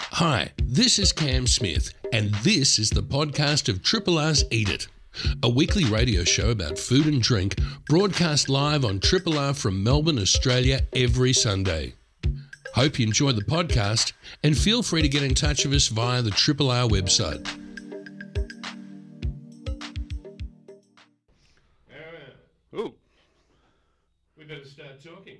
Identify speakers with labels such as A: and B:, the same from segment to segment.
A: Hi, this is Cam Smith, and this is the podcast of Triple R's Eat It, a weekly radio show about food and drink broadcast live on Triple R from Melbourne, Australia every Sunday. Hope you enjoy the podcast and feel free to get in touch with us via the Triple R website.
B: Ooh.
A: We better start talking.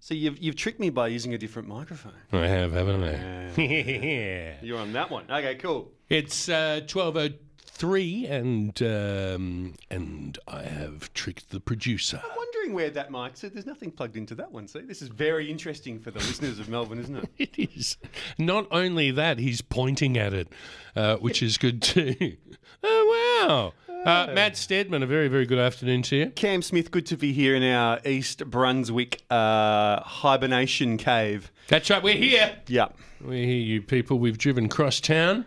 B: So you've, you've tricked me by using a different microphone.
A: I have, haven't I?
C: Yeah.
B: You're on that one. Okay, cool.
A: It's uh,
C: 12:03
A: and um, and I have tricked the producer.
B: Wondering where that mic. So there's nothing plugged into that one. See, this is very interesting for the listeners of Melbourne, isn't it?
A: It is. Not only that, he's pointing at it, uh, which is good too. oh, wow. Uh, Matt Stedman, a very, very good afternoon to you.
B: Cam Smith, good to be here in our East Brunswick uh, hibernation cave.
A: That's right, we're here.
B: Yeah,
A: We're here, you people. We've driven cross town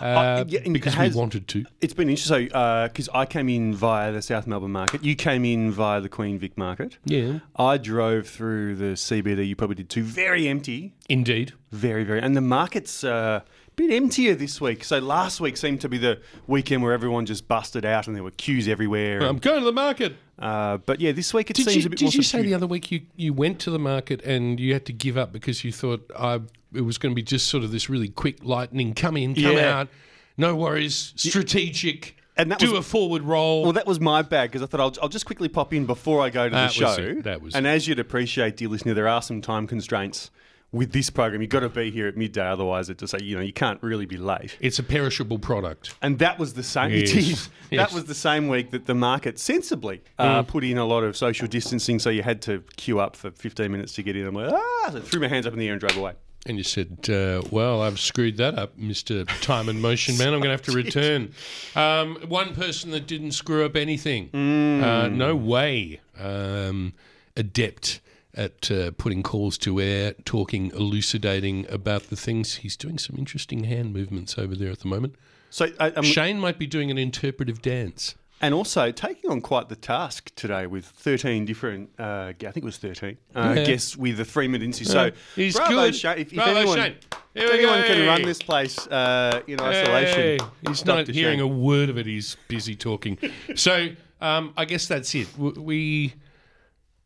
A: uh,
B: yeah, and
A: because
B: has-
A: we wanted to.
B: it's been interesting. So because I came in via the South Melbourne market, you came in via the Queen Vic market.
A: Yeah.
B: I drove through the CBD. You probably did too. Very empty.
A: Indeed.
B: Very, very. And the market's uh, a bit emptier this week. So last week seemed to be the weekend where everyone just busted out and there were queues everywhere.
A: I'm going to the market.
B: uh, but yeah, this week it
A: Um, Did
B: seems
A: you,
B: a bit
A: did
B: more
A: you say
B: subdued.
A: the other week you, you went to the market and you had to give up because you thought I it was going to be just sort of this really quick lightning come in, come
B: Yeah.
A: out, no worries, strategic,
B: And that
A: do
B: was-
A: a forward roll.
B: Well, that was my bad because I thought I'll, I'll just quickly pop in before I go to the
A: That
B: show.
A: was it. That was
B: and
A: it.
B: as you'd appreciate, dear listener, there are some time constraints with this program. You've got to be here at midday, otherwise, it's just like, you know, you can't really be late.
A: it's a perishable product.
B: And that was the same.
A: Yes.
B: it is.
A: Yes. Uh-huh.
B: That was the same week that the market sensibly uh, put in a lot of social distancing, so you had to queue up for 15 minutes to get in. I'm like, ah! So I threw my hands up in the air and drove away.
A: And you said, uh, "Well, I've screwed that up, Mister Time and Motion Man. I'm going to have to return." Um, one person that didn't screw up anything. Uh, no way. Um, adept at uh, putting calls to air, talking, elucidating about the things. He's doing some interesting hand movements over there at the moment.
B: So, I, I'm,
A: Shane might be doing an interpretive dance.
B: and also taking on quite the task today with 13 different. Uh, I think it was 13 uh,
A: Yeah.
B: guests with a Freeman Incy. So
A: He's
B: bravo,
A: good.
B: Shane. If, if
A: Bravo,
B: anyone,
A: Shane. Here
B: if
A: we go.
B: anyone can run this place uh, in isolation,
A: Hey, he's
B: it's
A: not
B: Dr.
A: hearing
B: Shane.
A: a word of it. He's busy talking. so um, I guess that's it. W- We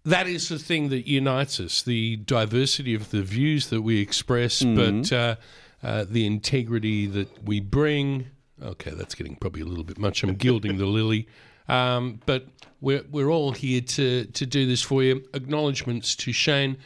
A: that is the thing that unites us: the diversity of the views that we express, but uh, uh, the integrity that we bring. Okay, that's getting probably a little bit much. I'm gilding the lily. Um, but we're, we're all here to, to do this for you. Acknowledgements to Shane.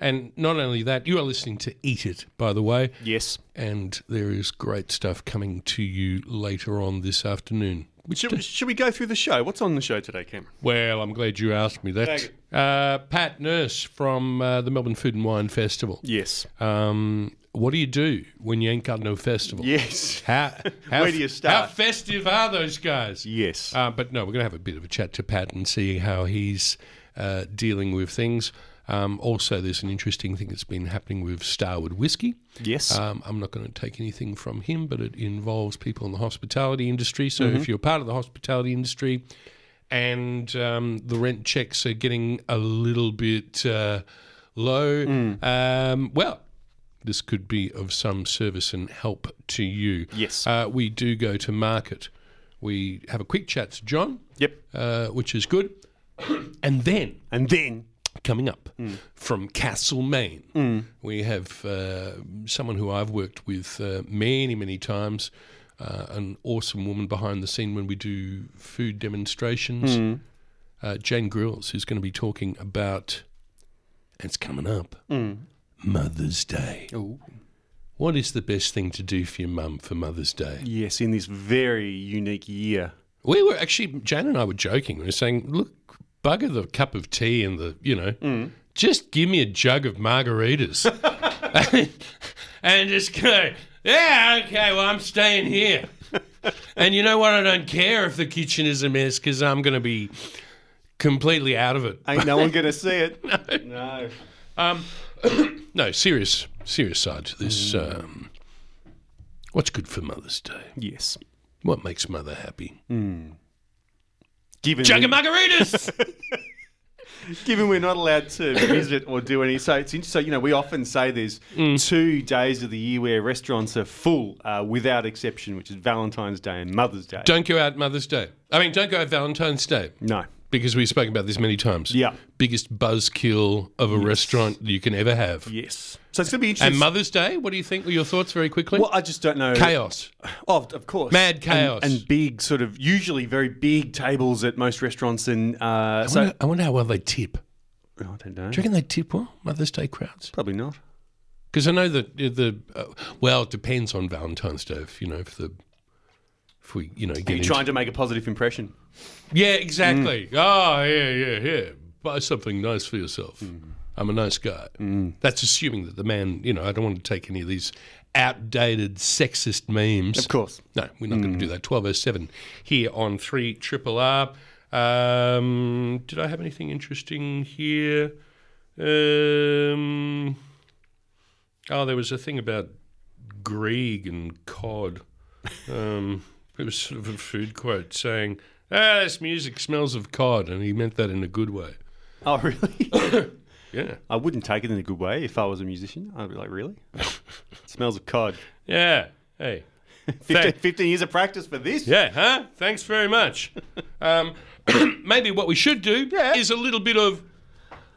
A: And not only that, you are listening to Eat It, by the way.
B: Yes.
A: And there is great stuff coming to you later on this afternoon. Which,
B: Should, should we go through the show? What's on the show today, Cameron?
A: well, I'm glad you asked me that.
B: Thank
A: Uh, Pat Nurse from uh, the Melbourne Food and Wine Festival.
B: Yes.
A: Um, what do you do when you ain't got no festival?
B: Yes.
A: How, how,
B: Where do you
A: How
B: start?
A: festive are those guys?
B: Yes.
A: Uh, but no, we're going to have a bit of a chat to Pat and see how he's uh, dealing with things. Um, also, there's an interesting thing that's been happening with Starwood Whiskey.
B: yes.
A: Um, I'm not going to take anything from him, but it involves people in the hospitality industry. So if you're part of the hospitality industry and um, the rent checks are getting a little bit uh, low, um, well, this could be of some service and help to you.
B: Yes.
A: Uh, we do go to market. We have a quick chat to John,
B: yep.
A: uh, which is good. and then
B: And then
A: coming up from Castle, Maine. We have uh, someone who I've worked with uh, many, many times, uh, an awesome woman behind the scene when we do food demonstrations. Uh, Jane Grills, who's going to be talking about, it's coming up, Mother's Day. What is the best thing to do for your mum for Mother's Day?
B: Yes, in this very unique year.
A: We were actually Jane and I were joking. We were saying, "Look, bugger the cup of tea and the you know, just give me a jug of margaritas, and just go, yeah, okay, well I'm staying here, and you know what? I don't care if the kitchen is a mess because I'm going to be completely out of it.
B: Ain't no one going to see it. no.
A: No, serious, serious side to this. Um, what's good for Mother's Day?
B: Yes.
A: What makes Mother happy?
B: Given
A: Jug
B: the-
A: of margaritas.
B: given we're not allowed to visit or do any. So it's interesting. So, you know, we often say there's
A: Mm.
B: two days of the year where restaurants are full uh, without exception, which is Valentine's Day and Mother's Day.
A: Don't go out Mother's Day. I mean, don't go out Valentine's Day
B: no.
A: because we've spoken about this many times.
B: Yeah.
A: Biggest buzzkill of a restaurant you can ever have.
B: Yes. So it's going to be interesting.
A: And Mother's Day, what do you think? Were your thoughts very quickly?
B: well, I just don't know.
A: Chaos.
B: Oh, of- of course.
A: Mad
B: And-
A: chaos.
B: And, big, sort of, usually very big tables at most restaurants. And uh,
A: I
B: so, Oh,
A: wonder, I wonder how well they tip. Do
B: I don't know.
A: you reckon they tip well, Mother's Day crowds?
B: Probably not.
A: Because I know that the, the uh, well, it depends on Valentine's Day. If, you know, if the if we you know get
B: You're
A: into-
B: trying to make a positive impression.
A: yeah, exactly. Oh yeah, yeah, yeah. Buy something nice for yourself. I'm a nice guy. That's assuming that the man. You know, I don't want to take any of these outdated sexist memes.
B: Of course.
A: No, we're not going to do that. Twelve oh seven here on three triple R. Um, did I have anything interesting here? Um, oh, there was a thing about Grieg and cod. Um, it was sort of a food quote saying, "Ah, this music smells of cod," and he meant that in a good way.
B: Oh, really?
A: Yeah,
B: I wouldn't take it in a good way if I was a musician. I'd be like, really? smells of cod.
A: yeah. Hey,
B: 15,
A: Thank-
B: 15 years of practice for this.
A: Yeah, huh? Thanks very much. Um, maybe what we should do
B: Yeah.
A: is a little bit of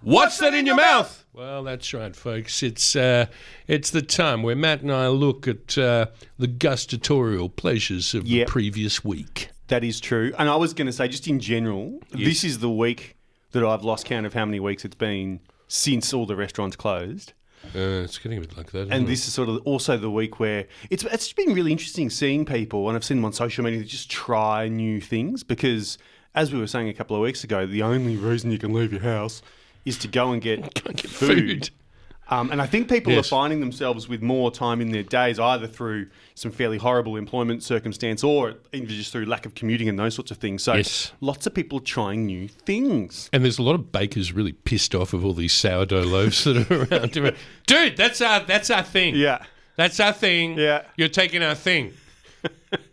A: what's, that, in your mouth? Well, that's right, folks. It's uh, it's the time where Matt and I look at uh, the gustatorial pleasures of
B: Yep.
A: the previous week.
B: That is true. And I was going to say, just in general, this is the week that I've lost count of how many weeks it's been since all the restaurants closed.
A: Uh, it's getting a bit like that. isn't
B: And
A: it?
B: this is sort of also the week where it's it's been really interesting seeing people, and I've seen them on social media that just try new things because, as we were saying a couple of weeks ago, the only reason you can leave your house is to go and get,
A: get food.
B: Um, and I think people
A: Yes.
B: are finding themselves with more time in their days, either through some fairly horrible employment circumstance or even just through lack of commuting and those sorts of things. So
A: Yes.
B: lots of people trying new things.
A: And there's a lot of bakers really pissed off of all these sourdough loaves that are around. Dude, that's our that's our thing.
B: Yeah.
A: That's our thing.
B: Yeah.
A: You're taking our thing.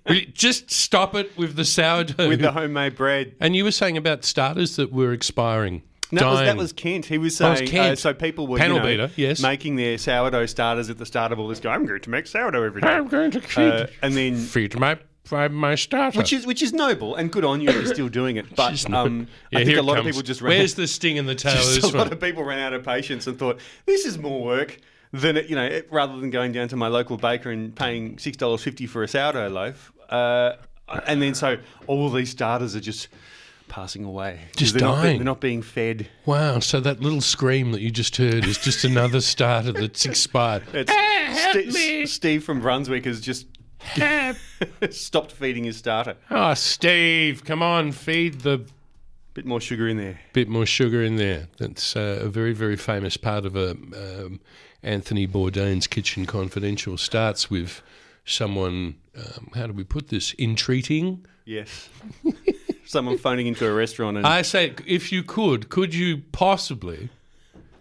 A: Will you Just stop it with the sourdough.
B: With the homemade bread.
A: And you were saying about starters that were expiring.
B: And That was, that
A: dying.
B: was Kent. He was
A: That was
B: saying Uh,
A: Kent.
B: so people were
A: Panel
B: you know,
A: beater, yes.
B: making their sourdough starters at the start of all this. Go, I'm going to make sourdough every day,
A: I'm going to feed,
B: uh, and then
A: feed my my- my starter.
B: which is which is noble and good on you for still doing it. But um,
A: Yeah,
B: I
A: here
B: think a
A: it
B: lot of
A: comes.
B: people just ran
A: Where's the sting in the tail? of
B: Just
A: this
B: a lot
A: one?
B: of people ran out of patience and thought this is more work than it, you know. It, rather than going down to my local baker and paying six dollars fifty for a sourdough loaf, uh, and then so all these starters are just passing away,
A: Just
B: they're Not,
A: dying.
B: they're not being fed.
A: Wow! So that little scream that you just heard is just another starter that's expired.
B: It's Ste- Steve from Brunswick has just stopped feeding his starter.
A: Oh, Steve, come on, feed the
B: Bit more sugar in there.
A: bit more sugar in there. That's uh, a very, very famous part of a um, Anthony Bourdain's Kitchen Confidential starts with someone. Um, how do we put this? Entreating.
B: Yes. Someone phoning into a restaurant and
A: I say, if you could, could you possibly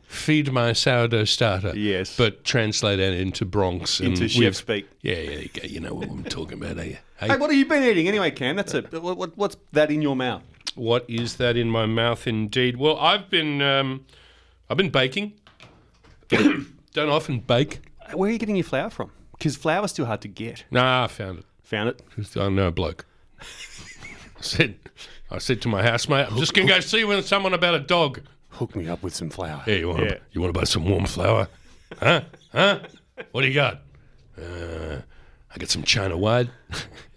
A: feed my sourdough starter?
B: Yes.
A: But translate that into Bronx and
B: into chef
A: we've-
B: speak.
A: Yeah, yeah, you, go. you know what I'm talking about, are you? Hey,
B: Hey, what have you been eating anyway, Cam? That's a what, what, what's that in your mouth?
A: what is that in my mouth indeed well i've been um, i've been baking don't often bake
B: Where are you getting your flour from? Because flour's too hard to get.
A: nah i found it
B: Found it.
A: Just- i know a bloke I said i said to my housemate i'm just gonna go see with someone about a dog
B: Hook me up with some flour.
A: hey you want to
B: Yeah.
A: you want to buy some warm flour huh huh what do you got uh, i got some china wide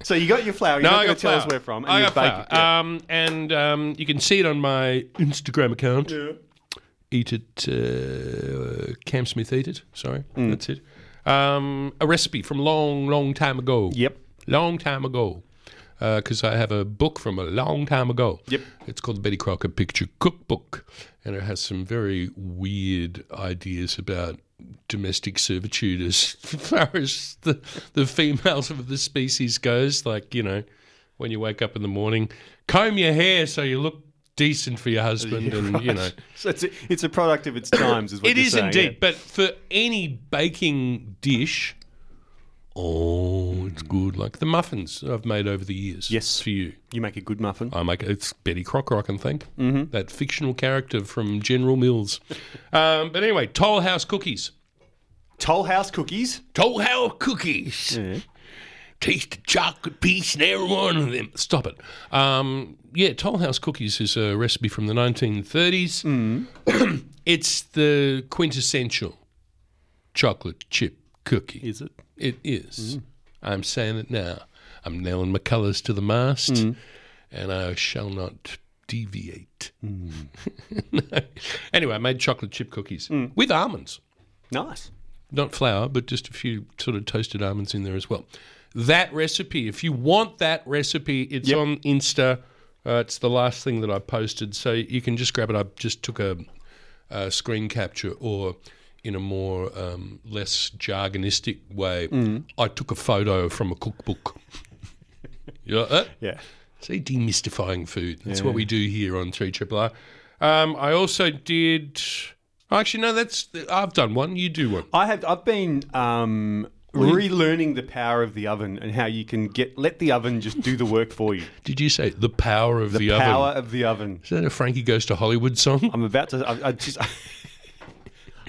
B: So you got your flour. You're
A: No,
B: not
A: I
B: going
A: got
B: to tell us
A: flour.
B: where from. And
A: I
B: you
A: got
B: bake
A: flour.
B: it. Yeah.
A: Um, and um, you can see it on my Instagram account. Eat it, uh, Cam Smith. Eat it. Sorry,
B: Mm.
A: that's it. Um, a recipe from long, long time ago.
B: Yep.
A: long time ago. Because I have a book from a long time ago.
B: Yep.
A: It's called the Betty Crocker Picture Cookbook, and it has some very weird ideas about domestic servitude as far as the, the females of the species goes. Like you know, when you wake up in the morning, comb your hair so you look decent for your husband, and you know.
B: So it's a, it's a product of its times, is what
A: It
B: you're
A: is
B: saying,
A: indeed. But for any baking dish, oh, it's good. Like the muffins I've made over the years.
B: Yes.
A: For you.
B: You make a good muffin.
A: I make it's Betty Crocker, I can think. Mm-hmm. That fictional character from General Mills. um, but anyway, Toll House cookies.
B: Toll House cookies.
A: Toll House cookies. Taste the chocolate piece in every one of them. Stop it. Um, yeah, Toll House cookies is a recipe from the 1930s. Mm. it's the quintessential chocolate chip cookie.
B: Is it?
A: It is. I'm saying it now. I'm nailing my colours to the mast, and I shall not deviate. Mm. anyway, I made chocolate chip cookies with almonds,
B: Nice.
A: not flour, but just a few sort of toasted almonds in there as well. That recipe, if you want that recipe, it's
B: Yep.
A: on Insta. Uh, it's the last thing that I posted, so you can just grab it. I just took a, a screen capture, or in a more um, less jargonistic way, I took a photo from a cookbook. you like that?
B: Yeah.
A: See, demystifying food. That's what we do here on 3 R. Um, I also did. Actually, no, that's. I've done one. You do one.
B: I have. I've been um, relearning the power of the oven and how you can get let the oven just do the work for you.
A: Did you say The Power of the,
B: power
A: Oven?
B: of the oven.
A: Is that a Frankie Goes to Hollywood song?
B: I'm about to. I, I just.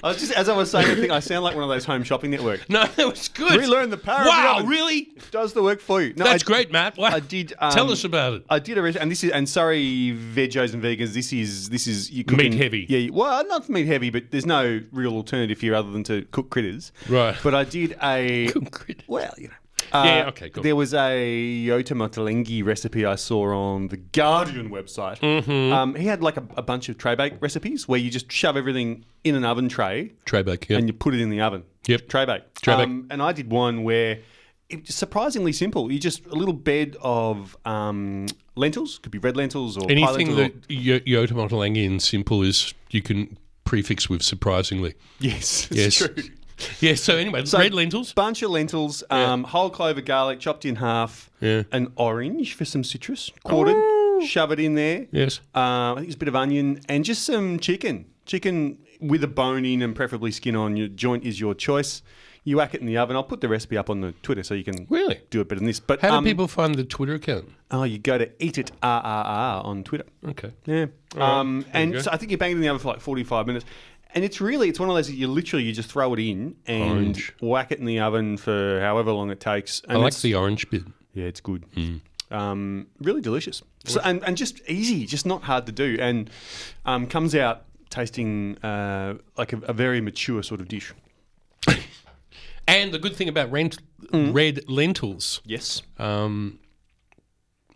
B: I was just as I was saying, I think I sound like one of those home shopping network.
A: No, that was good.
B: Relearn the power of the
A: Wow,
B: oven.
A: really?
B: It does the work for you. No,
A: That's
B: I,
A: great, Matt. Wow.
B: I did, um,
A: Tell us about it.
B: I did a recipe, and this is and sorry, vegos and vegans. This is this is you cooking,
A: heavy.
B: Yeah, you- well, not meat heavy, but there's no real alternative here other than to cook critters.
A: Right.
B: But I did a well, you know. Uh,
A: Yeah, okay, cool.
B: There was a Yota Motalengi recipe I saw on the Guardian website.
A: Mm-hmm.
B: Um, he had like a, a bunch of tray bake recipes where you just shove everything in an oven tray
A: Tray back here.
B: and you put it in the oven.
A: Yep.
B: Tray bake.
A: Tray bake.
B: Um, and I did one where it's surprisingly simple. You just a little bed of um, lentils, could be red lentils or pie
A: Anything
B: lentils
A: that
B: or-
A: y- Yota Motalangi in simple is you can prefix with surprisingly.
B: yes,
A: Yes.
B: it's true.
A: Yeah, so anyway, red lentils.
B: Bunch of lentils, um, whole clover garlic chopped in half,
A: Yeah. Oh.
B: an orange for some citrus, quartered, shove it in there.
A: Yes.
B: Uh, I think it's a bit of onion and just some chicken. Chicken with a bone in and preferably skin on. Your joint is your choice. You whack it in the oven. I'll put the recipe up on the Twitter so you can
A: Really?
B: do it better than this. But
A: How do
B: um,
A: people find the Twitter account?
B: Oh, you go to eat it RRR on Twitter.
A: Okay.
B: Yeah. Um, and so I think you bang it in the oven for like 45 minutes. And it's really, it's one of those that you literally, you just throw it in and
A: Orange.
B: whack it in the oven for however long it takes. And
A: I like
B: it's-
A: the orange bit.
B: Yeah, it's good.
A: Mm.
B: Um, really delicious. So, and, and just easy, just not hard to do. And um, comes out tasting uh, like a, a very mature sort of dish.
A: And the good thing about rent,
B: Mm.
A: red lentils,
B: Yes.
A: um,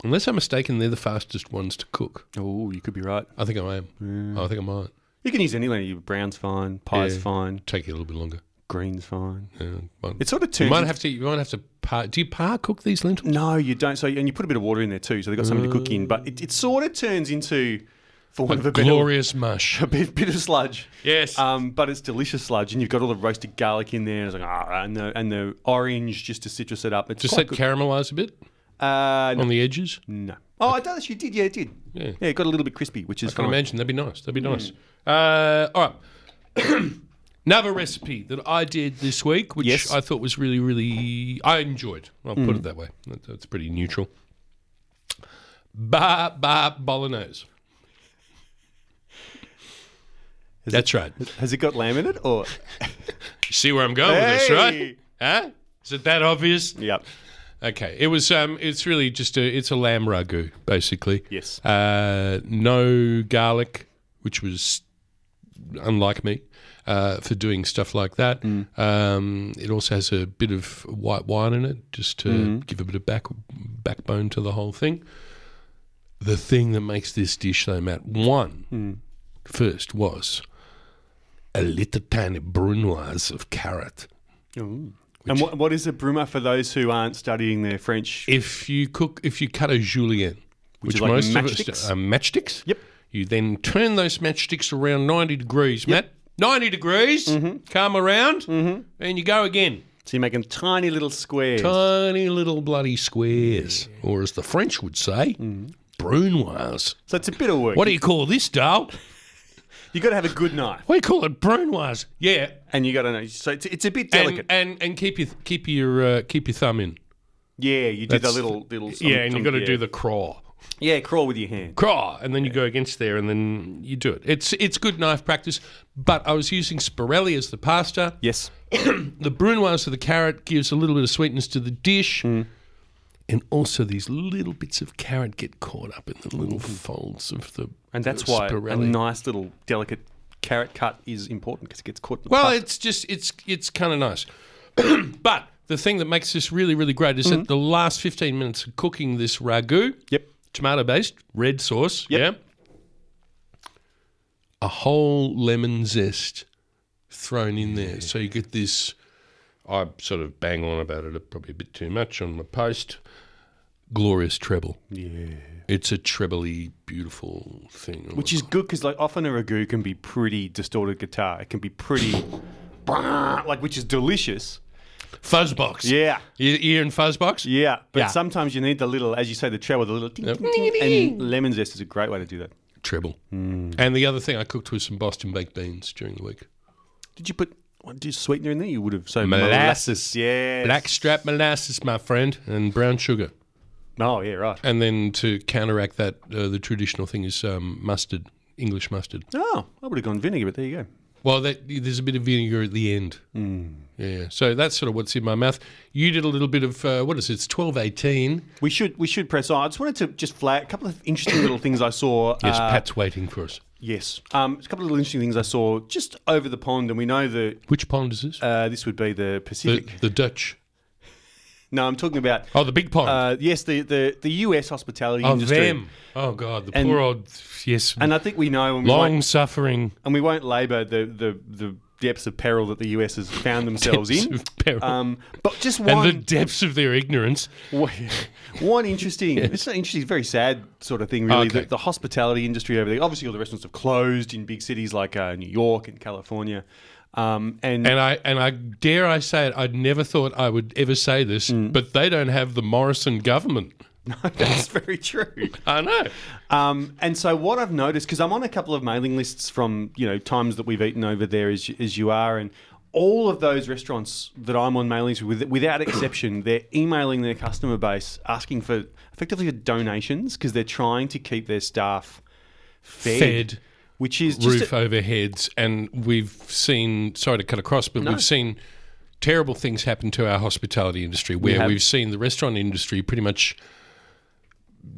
A: unless I'm mistaken, they're the fastest ones to cook.
B: Oh, you could be right.
A: I think I am. I think I might.
B: You can use any lentil. Brown's fine, pie's
A: Yeah.
B: fine,
A: Take it a little bit longer.
B: green's fine.
A: Yeah, might-
B: It sort of
A: you
B: turns
A: might have to. You might have to. Par, do you par cook these lentils?
B: No, you don't. So and you put a bit of water in there too, so they've got something to cook in. But it, it sort of turns into, for one of a better,
A: Glorious mush.
B: a bit, bit of sludge.
A: Yes.
B: Um, but it's delicious sludge, and you've got all the roasted garlic in there, and it's like ah, and the and the orange just to citrus it up. It's
A: Just
B: quite
A: let caramelise a bit
B: good. Uh, no,
A: on the edges.
B: no. Oh, I thought you did. Yeah, it did.
A: Yeah.
B: it got a little bit crispy, which
A: I
B: is
A: can
B: fine.
A: imagine that'd be nice. That'd be
B: Mm.
A: nice. Uh, all right. Another recipe that I did this week, which
B: Yes. Mm.
A: I thought was really, really, I enjoyed. I'll put it that way. That, that's pretty neutral. Bar bar bolognese. That's right.
B: Has it got lamb in it, or
A: You see where I'm going with this, right?
B: Hey!
A: Huh? Is it that obvious?
B: yep?
A: Okay. It was. Um. It's really just a. It's a lamb ragu, basically.
B: Yes.
A: Uh, no garlic, which was unlike me uh, for doing stuff like that. Um, it also has a bit of white wine in it, just to give a bit of back backbone to the whole thing. The thing that makes this dish, though, Matt, one first was a little tiny brunoise of carrot.
B: And what, what is a bruma for those who aren't studying their French?
A: if you cook if you cut a julienne which,
B: is like
A: most of us
B: matchsticks?
A: do- uh, matchsticks
B: Yep.
A: you then turn those matchsticks around 90 degrees matt 90 degrees come around and you go again
B: So you're making tiny little squares.
A: tiny little bloody squares or as the Mm-hmm. french would say brunoise
B: so it's a bit of work.
A: what do you call this doll
B: You got to have a good knife,
A: We call it brunoise. Yeah,
B: and you got to know. So it's, it's a bit
A: and
B: delicate.
A: and, and keep your keep your uh, keep your thumb in.
B: yeah, you do the
A: That's-
B: little little. um,
A: yeah, and you got to
B: yeah.
A: do the crawl,
B: yeah, crawl with your hand.
A: crawl, and then you go against there, and then you do it. It's it's good knife practice. But I was using Spirelli as the pasta.
B: Yes.
A: The brunoise of the carrot gives a little bit of sweetness to the dish.
B: Mm.
A: And also, these little bits of carrot get caught up in the little folds of the
B: Mm. And that's
A: the
B: why a
A: Spirelli.
B: nice little delicate carrot cut is important because it gets caught. In the
A: Well,
B: pasta.
A: it's just it's it's kind of nice. but the thing that makes this really really great is
B: Mm-hmm.
A: that the last 15 minutes of cooking this ragu,
B: yep.
A: tomato based, red sauce,
B: Yep.
A: yeah. A whole lemon zest thrown in there. So you get this I sort of bang on about it probably a bit too much on the post. Glorious treble. Yeah. It's a trebly beautiful thing.
B: Which is good because like often a ragu can be pretty distorted guitar. It can be pretty, like which is delicious.
A: Fuzzbox.
B: Yeah.
A: You, you in Fuzzbox?
B: Yeah, but
A: Yeah.
B: sometimes you need the little, as you say, the treble, the little ding,
A: Yep.
B: ding, ding, and lemon zest is a great way to do that.
A: treble.
B: Hmm.
A: And the other thing I cooked was some Boston baked beans during the week.
B: Did you put what, did you sweetener in there? You would have so
A: Molasses.
B: yeah,
A: Blackstrap molasses, my friend, and brown sugar.
B: Oh yeah, right.
A: And then to counteract that, uh, the traditional thing is um, mustard, English mustard.
B: Oh, I would have gone vinegar, but there you go.
A: Well, that, there's a bit of vinegar at the end.
B: Hmm.
A: Yeah, so that's sort of what's in my mouth. You did a little bit of uh, what is it? It's twelve eighteen.
B: We should we should press on. I just wanted to just flag a couple of interesting little things I saw.
A: Yes,
B: uh,
A: Pat's waiting for us.
B: yes. Um, a couple of little interesting things I saw just over the pond, and we know that
A: Which pond is this?
B: uh, this would be the
A: the,
B: Pacific.
A: the Dutch.
B: no, I'm talking about
A: Oh, the big pond.
B: uh, yes, the, the the U.S. hospitality
A: oh,
B: industry.
A: them. Oh God, the
B: And-
A: poor old yes,
B: And I think we know, and we won't-
A: long suffering.
B: and we won't labour the, the, the depths of peril that the US has found themselves in.
A: peril.
B: Um, but just
A: and the
B: one,
A: depths of their ignorance.
B: one interesting, it's not interesting, it's very sad sort of thing, really.
A: Okay.
B: The, the hospitality industry over there, obviously, all the restaurants have closed in big cities like uh, New York and California. Um, and,
A: And I and I dare I say it, I'd never thought I would ever say this,
B: Mm.
A: but they don't have the Morrison government.
B: that's very true.
A: I know.
B: Um, and so what I've noticed, because I'm on a couple of mailing lists from you know times that we've eaten over there as as you are, and all of those restaurants that I'm on mailing lists with, without exception, they're emailing their customer base asking for effectively for donations because they're trying to keep their staff fed,
A: Fed.
B: which is just
A: Roof over heads, and we've seen. Sorry to cut across, but we've seen terrible things happen to our hospitality industry, where
B: have.
A: we have seen the restaurant industry pretty much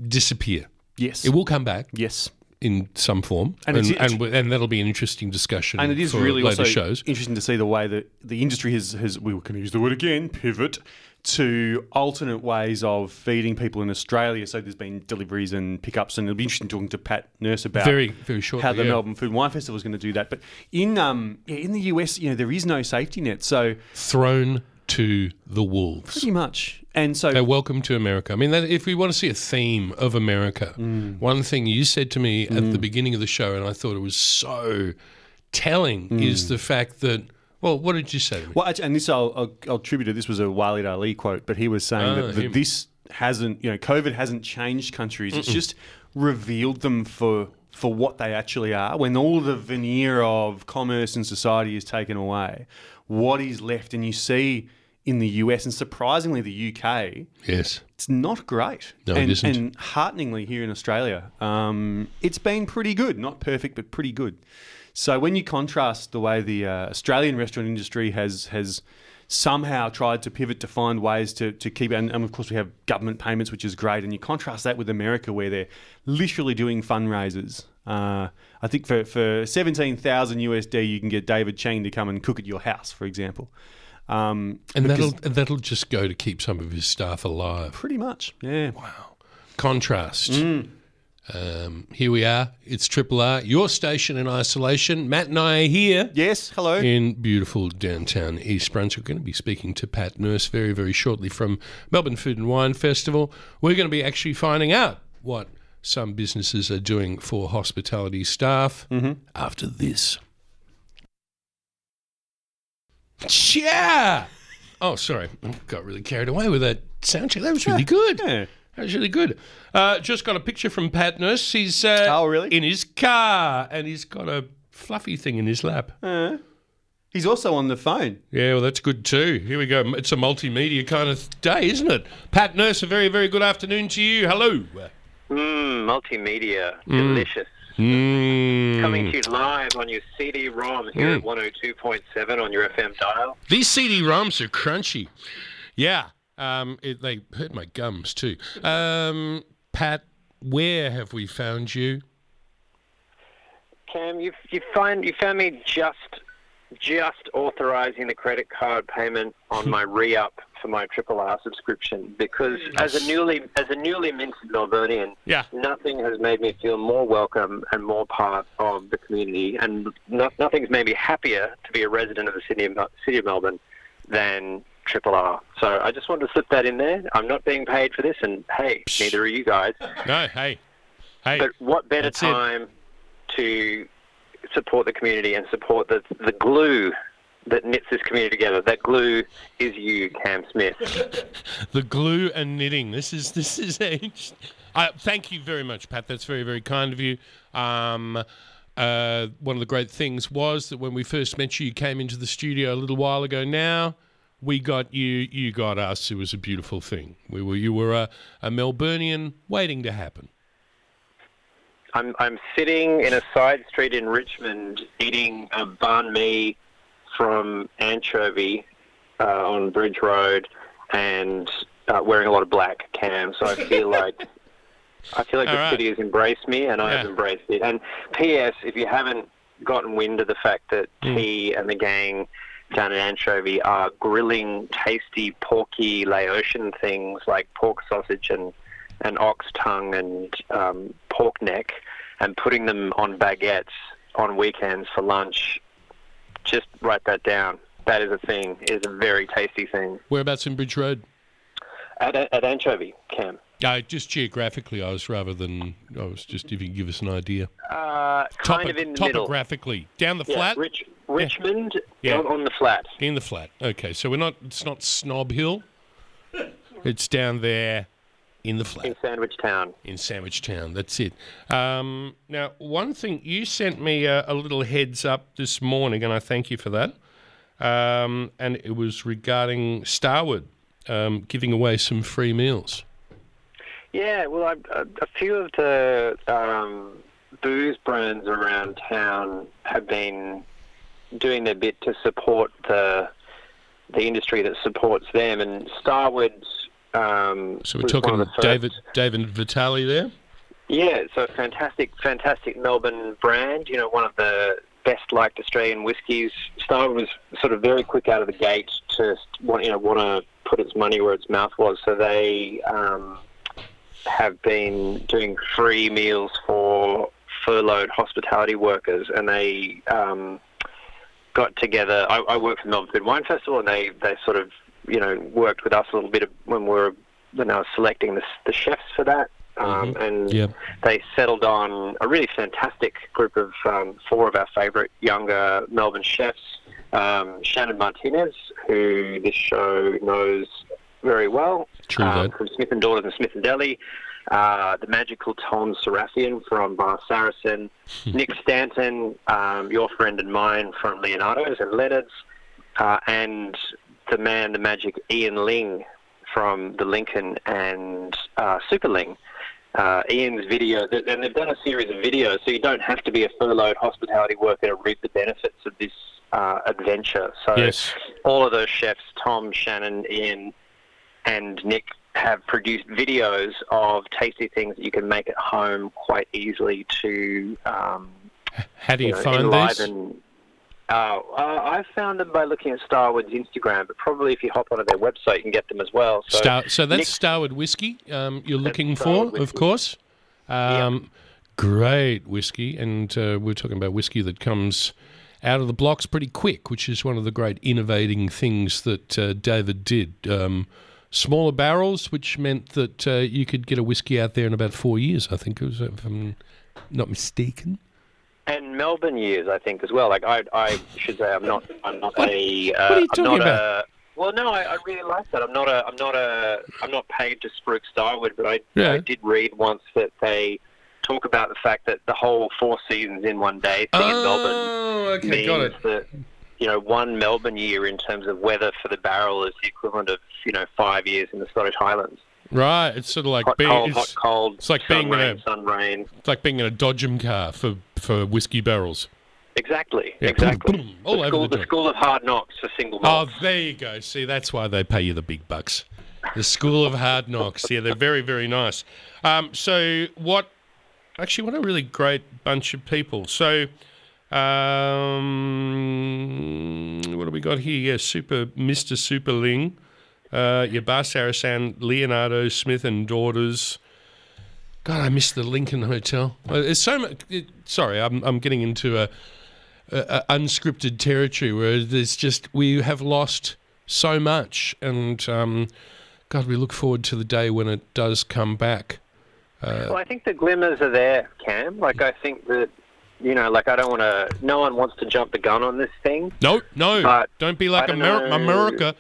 A: disappear.
B: yes,
A: It will come back
B: yes.
A: in some form,
B: And
A: and
B: it's-
A: and, and, that'll be an interesting discussion.
B: And it is
A: for
B: really
A: later
B: also
A: shows.
B: interesting to see the way that the industry has, has we can use the word again, pivot to alternate ways of feeding people in Australia. So there's been deliveries and pickups, and it'll be interesting talking to Pat Nurse about
A: Very, very shortly,
B: how the
A: yeah.
B: Melbourne Food and Wine Festival is going to do that. But in um yeah, in the US, you know, there is no safety net, so
A: Thrown to the wolves.
B: pretty much, and so
A: They're welcome to America. I mean, that, if we want to see a theme of America, one thing you said to me at the beginning of the show, and I thought it was so telling, is the fact that, well, what did you say to me?
B: Well, actually, and this I'll, I'll, I'll attribute it. This was a Walid Ali quote, but he was saying that, that
A: him.
B: this hasn't, you know, COVID hasn't changed countries. It's just revealed them for for what they actually are. When all the veneer of commerce and society is taken away, what is left? And you see in the US and surprisingly the UK,
A: Yes.
B: it's not great.
A: No, it
B: and,
A: isn't.
B: and hearteningly here in Australia, um, it's been pretty good. Not perfect, but pretty good. So when you contrast the way the uh, Australian restaurant industry has has somehow tried to pivot to find ways to, to keep and, and of course we have government payments which is great and you contrast that with america where they're literally doing fundraisers uh, i think for, for 17000 usd you can get david chang to come and cook at your house for example um,
A: And that'll, and that'll just go to keep some of his staff alive.
B: pretty much yeah
A: Contrast. Um, here we are. It's Triple R, your station in isolation. Matt and I are here.
B: yes hello
A: in beautiful downtown East Brunswick. We're going to be speaking to Pat Nurse very, very shortly from Melbourne Food and Wine Festival. We're going to be actually finding out what some businesses are doing for hospitality staff
B: Mm-hmm.
A: after this. Yeah. Oh, sorry. I Got really carried away with that sound check. That was really good.
B: Yeah.
A: That was really good. Uh, just got a picture from Pat Nurse. He's uh,
B: Oh, really?
A: in his car, and he's got a fluffy thing in his lap.
B: Uh. He's also on the phone.
A: Yeah, well, that's good too. Here we go. It's a multimedia kind of day, isn't it? Pat Nurse, a very, very good afternoon to you. Hello.
D: Mmm, multimedia. Delicious.
A: Mm.
D: Coming to you live on your CD-ROM here at 102.7 on your FM dial.
A: These CD ROMs are crunchy. Yeah, um, it, they hurt my gums too. Um, Pat, where have we found you?
D: Cam, you you find you found me just just authorizing the credit card payment on my re-up for my Triple R subscription because as a newly as a newly minted Melbourneian,
A: Yeah.
D: nothing has made me feel more welcome and more part of the community, and no, nothing's made me happier to be a resident of the city of, Mel- city of Melbourne than Triple R. So I just wanted to slip that in there. I'm not being paid for this, and hey, neither are you guys.
A: No, hey, hey.
D: But what better
A: That's it.
D: time to support the community and support the, the glue that knits this community together? That glue is you, Cam Smith.
A: the glue and knitting. This is this is. Uh, thank you very much, Pat. That's very very kind of you. Um, uh, one of the great things was that when we first met you, you came into the studio a little while ago. Now we got you. You got us. It was a beautiful thing. We were you were a, a Melburnian waiting to happen.
D: I'm, I'm sitting in a side street in Richmond eating a banh mi from Anchovy uh, on Bridge Road and uh, wearing a lot of black, Cam. So I feel like I feel like
A: All
D: the
A: right.
D: city has embraced me, and I have
A: Yeah.
D: embraced it. And P.S. If you haven't gotten wind of the fact that T and the gang down at Anchovy are grilling tasty, porky Laotian things like pork sausage and and ox tongue and um, pork neck, and putting them on baguettes on weekends for lunch, just write that down. That is a thing. It is a very tasty thing.
A: Whereabouts in Bridge Road?
D: At, at Anchovy, Cam.
A: Uh, just geographically, I was rather than I was just if you can give us an idea.
D: Uh,
A: Topo-
D: kind of in the middle.
A: topographically, down the
D: Yeah,
A: flat,
D: Rich, Richmond
A: Yeah.
D: On, on the flat.
A: in the flat. Okay, so we're not. It's not Snob Hill. It's down there, in the flat
D: In Sandwich Town.
A: in Sandwich Town. That's it. Um, now, one thing you sent me a, a little heads up this morning, and I thank you for that. Um, and it was regarding Starwood um, giving away some free meals.
D: Yeah, well, I, a, a few of the um, booze brands around town have been doing their bit to support the the industry that supports them, and Starwood's. Um,
A: So we're
D: was one of
A: talking
D: the first.
A: David, David Vitale there.
D: Yeah, it's a fantastic, fantastic Melbourne brand. You know, one of the best liked Australian whiskies. Starwood was sort of very quick out of the gate to want, you know, want to put its money where its mouth was. So they um, have been doing free meals for furloughed hospitality workers, and they um, got together. I, I worked for the Melbourne Food and Wine Festival, and they, they sort of you know worked with us a little bit when we were when I was selecting the, the chefs for that. Um, And
A: Yeah.
D: they settled on a really fantastic group of um, four of our favourite younger Melbourne chefs. Um, Shannon Martinez, who this show knows very well,
A: True
D: um,
A: that.
D: from Smith and Daughters and Smith and Deli, uh, the magical Tom Serafian from Bar Saracen,
A: Hmm.
D: Nick Stanton, um, your friend and mine from Leonardo's and Leonard's, uh, and the man, the magic Ian Ling from the Lincoln and uh, Super Ling. Uh, Ian's video, th- and they've done a series of videos, so you don't have to be a furloughed hospitality worker to reap the benefits of this uh, adventure. So,
A: Yes.
D: all of those chefs, Tom, Shannon, Ian, and Nick have produced videos of tasty things that you can make at home quite easily to um,
A: How do you,
D: you know,
A: find these?
D: enliven. Uh, uh, I found them by looking at Starwood's Instagram, but probably if you hop onto their website, you can get them as well. So
A: Star, so that's
D: Nick-
A: Starwood whiskey um, you're looking for,
D: Starwood
A: of
D: whiskey.
A: course. Um, Great whiskey, and uh, we're talking about whiskey that comes out of the blocks pretty quick, which is one of the great innovating things that uh, David did. Um, smaller barrels, which meant that uh, you could get a whiskey out there in about four years. I think it was, if I'm not mistaken.
D: and Melbourne years, I think, as well. Like I, I should say, I'm not, I'm not a. Uh,
A: what are you
D: I'm
A: talking
D: not
A: about?
D: A, well, no, I, I really like that. I'm not a, I'm not a, I'm not paid to spruik Starwood, but I,
A: Yeah.
D: I did read once that they talk about the fact that the whole four seasons in one day thing in Melbourne
A: Oh, okay,
D: means
A: got it.
D: that you know one Melbourne year in terms of weather for the barrel is the equivalent of you know five years in the Scottish Highlands.
A: Right, it's sort of like
D: Hot
A: being
D: cold, hot
A: it's,
D: cold.
A: it's like
D: sun
A: being in
D: rain,
A: a-
D: sun rain.
A: it's like being in a Dodgem car for for whiskey barrels.
D: Exactly,
A: Yeah,
D: exactly.
A: boom, boom, all
D: the
A: over
D: school,
A: the joint.
D: school of hard knocks for single
A: Oh,
D: malt.
A: there you go. See, that's why they pay you the big bucks. The School of Hard Knocks. Yeah, they're very, very nice. Um, so, what? Actually, what a really great bunch of people. So, um, what do we got here? Yeah, Super Mister Super Ling, uh, Yabar Sarasan, Leonardo Smith and Daughters. God, I miss the Lincoln Hotel. Uh, It's so much. It, sorry, I'm I'm getting into a uh, unscripted territory where there's just we have lost so much, and um, God, we look forward to the day when it does come back.
D: Well, I think the glimmers are there, Cam. Like I think that you know, like I don't want to. No one wants to jump the gun on this thing.
A: No, no,
D: But
A: don't be like
D: I don't
A: Ameri-
D: know.
A: America.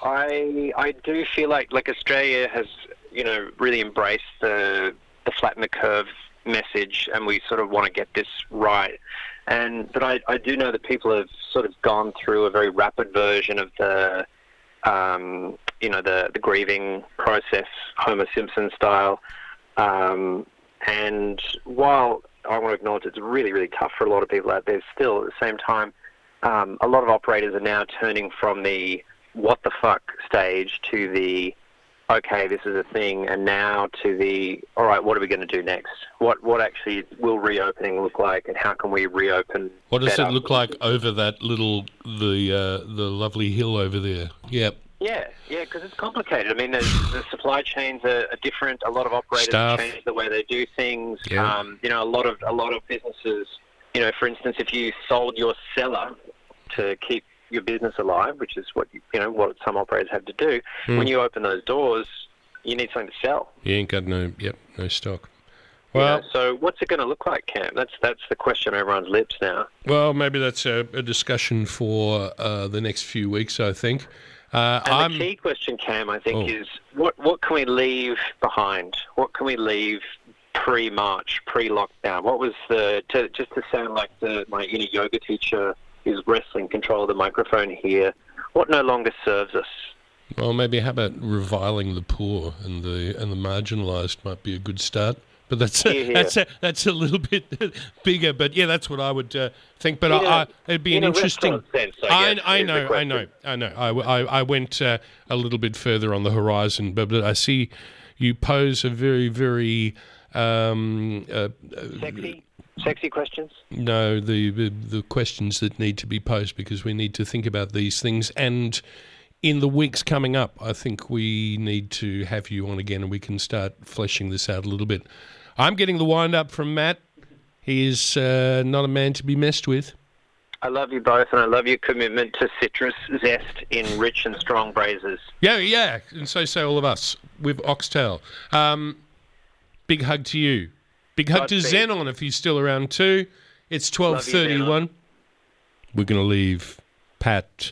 D: I I do feel like like Australia has you know really embraced the the flatten the curve message, and we sort of want to get this right. And but I I do know that people have sort of gone through a very rapid version of the um, you know the the grieving process, Homer Simpson style. Um, and while I want to acknowledge it's really really tough for a lot of people out there, still at the same time, um, a lot of operators are now turning from the what the fuck stage to the okay, this is a thing, and now to the all right, what are we going to do next? What what actually will reopening look like, and how can we reopen?
A: What does
D: better?
A: it look like over that little the uh, the lovely hill over there? Yep,
D: Yeah, yeah, because it's complicated. I mean, there's, the supply chains are, are different. A lot of operators
A: Staff.
D: change the way they do things.
A: Yeah.
D: Um, you know, a lot of a lot of businesses. You know, for instance, if you sold your cellar to keep your business alive, which is what you, you know what some operators have to do,
A: Hmm.
D: when you open those doors, you need something to sell.
A: you ain't got no yep no stock.
D: you
A: Well,
D: know? so what's it going to look like, Cam? That's that's the question on everyone's lips now.
A: well, maybe that's a, a discussion for uh, the next few weeks. I think. Uh,
D: And
A: I'm
D: the key question, Cam, I think,
A: Oh.
D: is what what can we leave behind? What can we leave pre March, pre lockdown? What was the to, just to sound like the, my inner yoga teacher is wrestling control of the microphone here? What no longer serves us?
A: Well, maybe how about reviling the poor and the and the marginalised might be a good start. But that's a,
D: Hear, hear.
A: that's a, that's a little bit bigger. But yeah, that's what I would uh, think. But I,
D: In a-
A: I, it'd be
D: in
A: an
D: a
A: interesting.
D: restaurant sense, I
A: I,
D: guess,
A: I
D: is the
A: know, I
D: question.
A: know, I know. I, I, I went uh, a little bit further on the horizon, but, but I see you pose a very, very um, uh,
D: Sexy, sexy questions.
A: no, the, the the questions that need to be posed because we need to think about these things. And in the weeks coming up, I think we need to have you on again, and we can start fleshing this out a little bit. I'm getting the wind up from Matt. He is uh, not a man to be messed with.
D: I love you both, and I love your commitment to citrus zest in rich and strong braises.
A: Yeah, yeah, and so say all of us with Oxtail. Um, big hug to you. Big hug to
D: Godspeed.
A: Xenon if he's still around too. It's twelve
D: Love you,
A: thirty-one. We're gonna leave Pat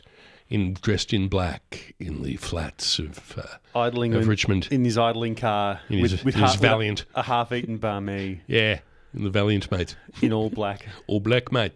A: in dressed in black in the flats of. Uh,
B: Idling
A: Of
B: in,
A: Richmond.
B: in his idling car
A: In
B: with,
A: his-
B: with
A: in his
B: half- with a-
A: Valiant.
B: a, half-eaten barmy
A: yeah, in the Valiant mate
B: in all black.
A: or black mate.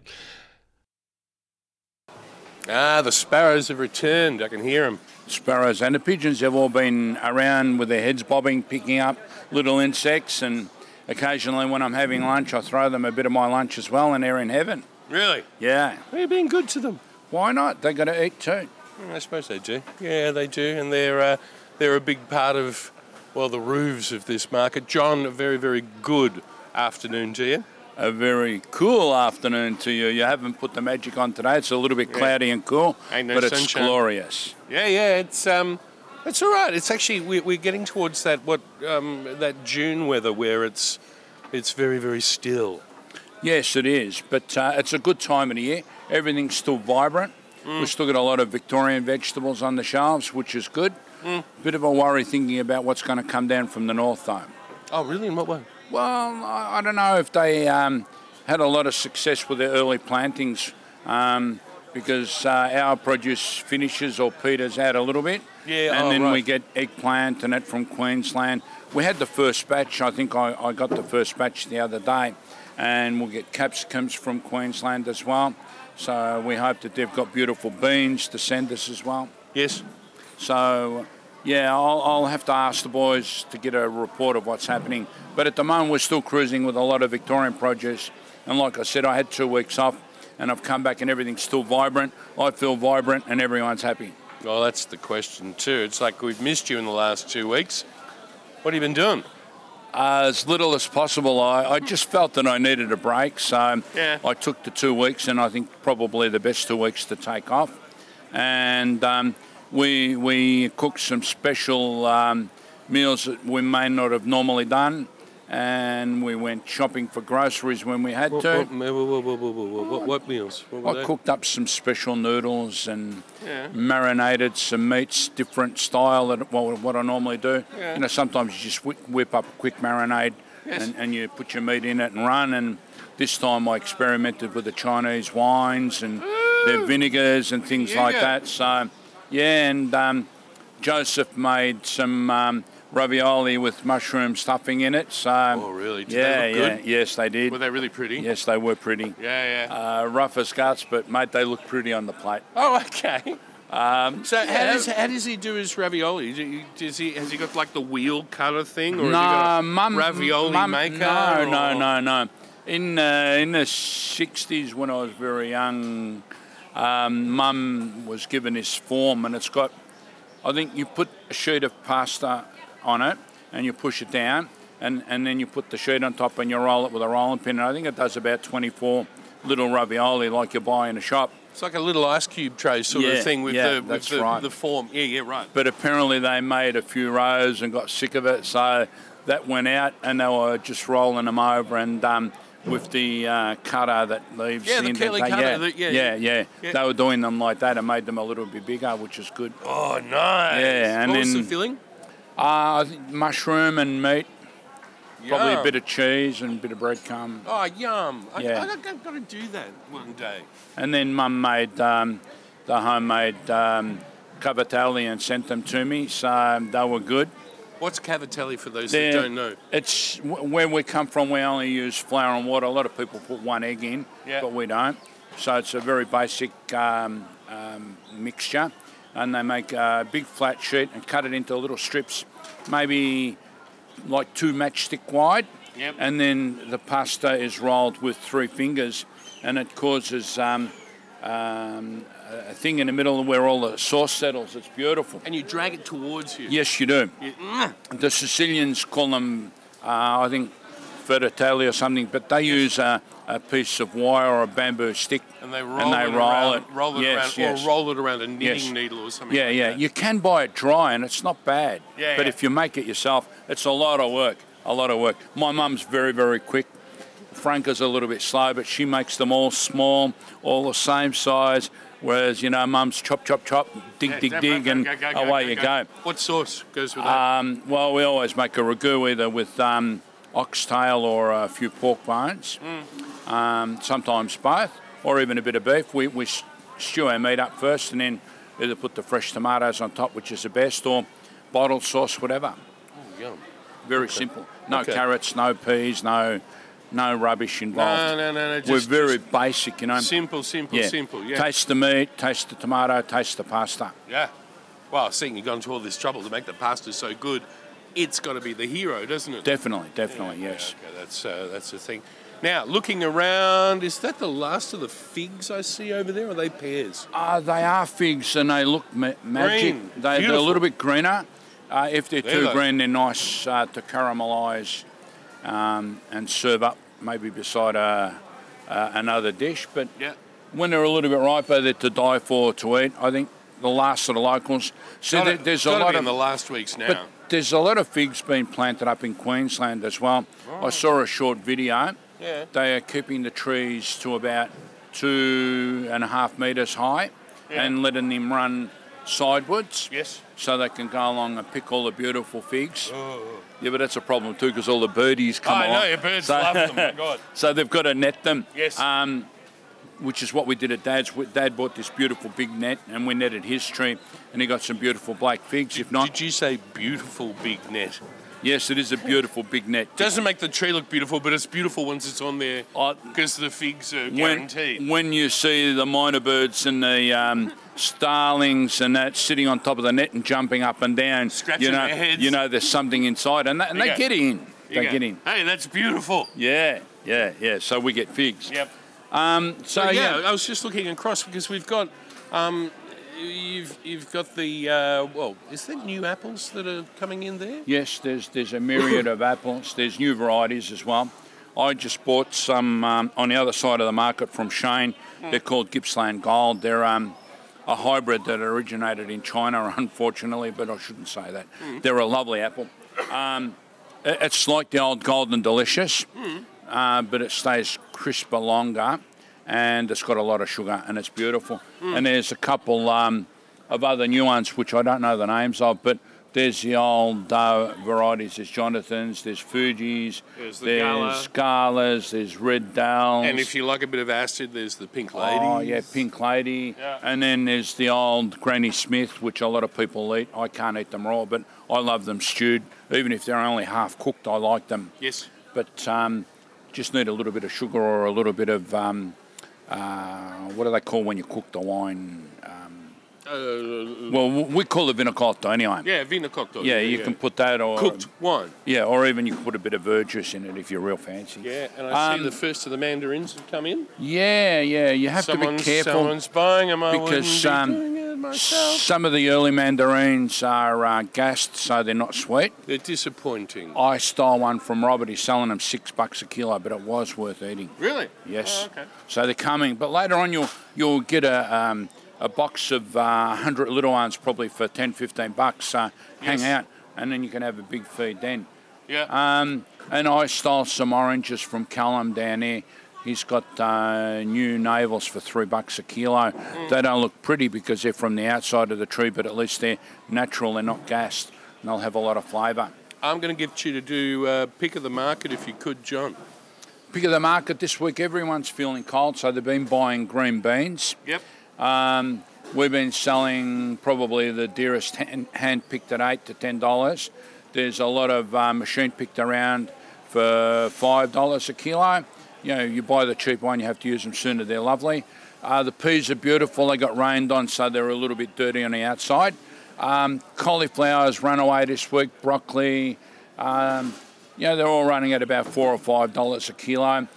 C: Ah, the sparrows have returned. I can hear them.
E: sparrows and the pigeons have all been around with their heads bobbing, picking up little insects. And occasionally, when I'm having lunch, I throw them a bit of my lunch as well, and they're in heaven.
C: Really?
E: Yeah,
C: Well, you're being good to them.
E: why not? They got to eat too.
C: Mm, I suppose they do. Yeah, they do, and they're uh, they're a big part of well the roofs of this market. John, a very very good afternoon to you.
E: A very cool afternoon to you. You haven't put the magic on today. It's a little bit cloudy and cool,
C: Ain't no
E: but it's
C: sunshine.
E: glorious.
C: Yeah, yeah, it's um, it's all right. It's actually we're, we're getting towards that what um, that June weather where it's it's very very still.
E: Yes, it is, but uh, it's a good time of the year. Everything's still vibrant. We've still got a lot of Victorian vegetables on the shelves, which is good. Bit of a worry thinking about what's going to come down from the north, though.
C: Oh, really? In what way?
E: Well, I, I don't know if they um, had a lot of success with their early plantings. Um, because uh, our produce finishes or peters out a little bit.
A: Yeah,
E: and
A: oh,
E: then
A: right.
E: we get eggplant and that from Queensland. We had the first batch. I think I, I got the first batch the other day, and we'll get capsicums from Queensland as well. So we hope that they've got beautiful beans to send us as well.
A: Yes.
E: So, yeah, I'll, I'll have to ask the boys to get a report of what's happening. But at the moment, we're still cruising with a lot of Victorian produce. And like I said, I had two weeks off and I've come back and everything's still vibrant. I feel vibrant and everyone's happy.
A: Well, that's the question too. It's like we've missed you in the last two weeks. What have you been doing?
E: Uh, as little as possible. I, I just felt that I needed a break, so
A: Yeah.
E: I took the two weeks, and I think probably the best two weeks to take off. And um, we we cooked some special um, meals that we may not have normally done, and we went shopping for groceries when we had
A: What,
E: to.
A: what, whoa, whoa, whoa, whoa, whoa, whoa, what, what meals? What were
E: I
A: they?
E: cooked up some special noodles and
A: Yeah.
E: marinated some meats, different style than what, what I normally do.
A: Yeah.
E: You know, sometimes you just whip, whip up a quick marinade
A: Yes.
E: and, and you put your meat in it and run. And this time I experimented with the Chinese wines and their vinegars and things like
A: yeah.
E: that. So, yeah, and um, Joseph made some um, ravioli with mushroom stuffing in it. So,
A: Oh, really? Did they
E: yeah,
A: look
E: yeah,
A: good?
E: yes, they did.
A: Were they really pretty?
E: yes, they were pretty
A: Yeah, yeah.
E: uh, rough as guts, but mate, they look pretty on the plate.
A: oh, okay. Um, so how
E: yeah.
A: does how does he do his ravioli? Do you- Does he has he got like the wheel cutter thing, or has he got
E: no,
A: a
E: mum,
A: ravioli
E: mum,
A: maker?
E: No,
A: or-
E: no, no, no. In uh, in the sixties, when I was very young, um, mum was given this form, and it's got. I think you put a sheet of pasta on it, and you push it down, and, and then you put the sheet on top, and you roll it with a rolling pin. And I think it does about twenty four little ravioli like you buy in a shop.
A: It's like a little ice cube tray sort
E: Yeah,
A: of thing with
E: yeah,
A: the with
E: that's
A: the,
E: right.
A: the form. Yeah, yeah, right.
E: but apparently they made a few rows and got sick of it, so that went out, and they were just rolling them over and um, with the uh, cutter that leaves
A: Yeah, the
E: indent-
A: curly cutter, the- yeah, yeah.
E: yeah, yeah,
A: Yeah.
E: They were doing them like that and made them a little bit bigger, which is good. Uh,
A: Oh, nice.
E: Yeah, and
A: what was the
E: then-
A: filling?
E: I think Uh, mushroom and meat, probably a
A: Yum.
E: bit of cheese and a bit of breadcrumb,
A: Oh, yum! I,
E: Yeah.
A: I, I, have got to do that one day.
E: and then Mum made um, the homemade um, cavatelli and sent them to me, so um, they were good.
A: What's cavatelli for those
E: They're-
A: that don't know?
E: It's wh- where we come from. We only use flour and water. A lot of people put one egg in,
A: Yeah.
E: but we don't. So it's a very basic um, um, mixture, and they make a big flat sheet and cut it into little strips, maybe like two matchstick wide.
A: Yep.
E: And then the pasta is rolled with three fingers, and it causes um, um, a a thing in the middle where all the sauce settles. It's beautiful.
A: And you drag it towards you.
E: Yes, you do.
A: You- mm.
E: The Sicilians call them, uh, I think, vertatelli or something, but they use a, a piece of wire or a bamboo stick.
A: And they roll,
E: they
A: it,
E: roll
A: around,
E: it.
A: roll it
E: Yes,
A: around,
E: yes.
A: or roll it around a knitting
E: Yes.
A: needle or something.
E: Yeah,
A: like
E: yeah.
A: that.
E: You can buy it dry and it's not bad.
A: Yeah,
E: but
A: yeah.
E: if you make it yourself, it's a lot of work. A lot of work. My mum's very, very quick. Franca's a little bit slow, but she makes them all small, all the same size. Whereas, you know, mum's chop, chop, chop, dig, dig, dig, and
A: Go, go, go,
E: away
A: go,
E: you
A: go.
E: go.
A: What sauce goes with that?
E: Um, well, we always make a ragu either with um, oxtail or a few pork bones,
A: Hmm.
E: um, sometimes both, or even a bit of beef. We, we s- stew our meat up first and then either put the fresh tomatoes on top, which is the best, or bottled sauce, whatever.
A: Yum.
E: Very simple. No
A: Okay.
E: carrots, no peas, no no rubbish
A: No,
E: involved.
A: no, no, no. Just,
E: We're very
A: just
E: basic, you know.
A: simple, simple,
E: Yeah.
A: simple. Yeah.
E: Taste the meat, taste the tomato, taste the pasta.
A: Yeah. Well, seeing you've gone to all this trouble to make the pasta so good, it's got to be the hero, doesn't it?
E: Definitely, definitely, yes.
A: Okay, that's uh, that's the thing. Now, looking around, is that the last of the figs I see over there? Or are they pears?
E: Uh, they are figs and they look ma- magic.
A: Green.
E: They, they're a
A: Beautiful.
E: little bit greener. Uh, if they're
A: There
E: too
A: they-
E: green, they're nice uh, to caramelise um, and serve up maybe beside a, uh, another dish. But
A: Yeah.
E: when they're a little bit riper, they're to die for to eat. I think the last of the locals. See,
A: Gotta-
E: there- there's a
A: gotta
E: lot
A: be
E: of
A: in the last weeks now.
E: but there's a lot of figs being planted up in Queensland as well. I saw a short video.
A: Yeah.
E: They are keeping the trees to about two and a half metres high and letting them run sidewards.
A: Yes.
E: So they can go along and pick all the beautiful figs. Yeah, but that's a problem too because all the birdies come
A: I
E: along.
A: know your birds
E: So-
A: love them. My God.
E: So they've got to net them.
A: Yes.
E: Um, which is what we did at Dad's. We- Dad bought this beautiful big net, and we netted his tree, and he got some beautiful black figs. If not,
C: Did you say beautiful big net?
E: yes, it is a beautiful big net.
C: Doesn't make the tree look beautiful, but it's beautiful once it's on there because the figs are
E: when,
C: guaranteed.
E: when you see the minor birds and the um, starlings and that sitting on top of the net and jumping up and down,
C: Scratching
E: you know,
C: their heads.
E: you know there's something inside, and, that, and
C: You
E: they
C: go.
E: get in.
C: You
E: They
C: go,
E: get in.
C: Hey, that's beautiful.
E: Yeah, yeah, yeah. So we get figs.
C: Yep.
E: Um, so
C: So
E: yeah,
C: yeah, I was just looking across because we've got, um, you've you've got the uh, well, is that new apples that are coming in there?
E: Yes, there's there's a myriad of apples. There's new varieties as well. I just bought some um, on the other side of the market from Shane. They're called Gippsland Gold. They're um, a hybrid that originated in China, unfortunately, but I shouldn't say that. They're a lovely apple. Um, i- it's like the old Golden Delicious,
C: Hmm.
E: uh, but it stays crisper longer, and it's got a lot of sugar, and it's beautiful.
C: Hmm.
E: And there's a couple. Um, of other new ones, which I don't know the names of, but there's the old uh, varieties. There's Jonathan's, there's Fuji's,
C: There's the
E: there's Scala's, there's Red Dales.
C: And if you like a bit of acid, there's the pink lady.
E: Oh, yeah, Pink Lady.
C: Yeah.
E: And then there's the old Granny Smith, which a lot of people eat. I can't eat them raw, but I love them stewed. Even if they're only half cooked, I like them.
C: Yes.
E: But um, just need a little bit of sugar or a little bit of, um, uh, what do they call when you cook the wine?
C: Uh,
E: Well, w- we call it vinacotta anyway.
C: yeah, vina cocktail.
E: Yeah, you can put Um, that or
C: cooked wine.
E: Yeah, or even you can put a bit of verjuice in it if you're real fancy.
C: Yeah, and I see
E: Um,
C: the first of the mandarins have come in.
E: Yeah, yeah, you have to be
C: Someone's,
E: careful
C: someone's buying them. I
E: because
C: wouldn't be doing it
E: um,
C: myself.
E: some of the early mandarins are uh, gassed, so they're not sweet.
C: They're disappointing.
E: I stole one from Robert. He's selling them six bucks a kilo, but it was worth eating.
C: Really?
E: Yes.
C: Oh, okay.
E: So they're coming, but later on you'll you'll get a um, a box of uh, hundred little ones probably for 10, 15 bucks. Uh,
C: Yes.
E: Hang out, and then you can have a big feed then.
C: Yeah.
E: Um, and I stole some oranges from Callum down there. He's got uh, new navels for three bucks a kilo.
C: Mm.
E: They don't look pretty because they're from the outside of the tree, but at least they're natural, they're not gassed, and they'll have a lot of flavour.
C: I'm going to get you to do uh, pick of the market if you could, John.
E: Pick of the market this week, everyone's feeling cold, so they've been buying green beans.
C: Yep.
E: Um, we've been selling probably the dearest hand, hand picked at eight to ten dollars. There's a lot of uh, machine picked around for five dollars a kilo. You know, you buy the cheap one, you have to use them sooner. They're lovely. Uh, the peas are beautiful. They got rained on, so they're a little bit dirty on the outside. Um, cauliflowers run away this week. Broccoli. Um, you know, they're all running at about four or five dollars a kilo.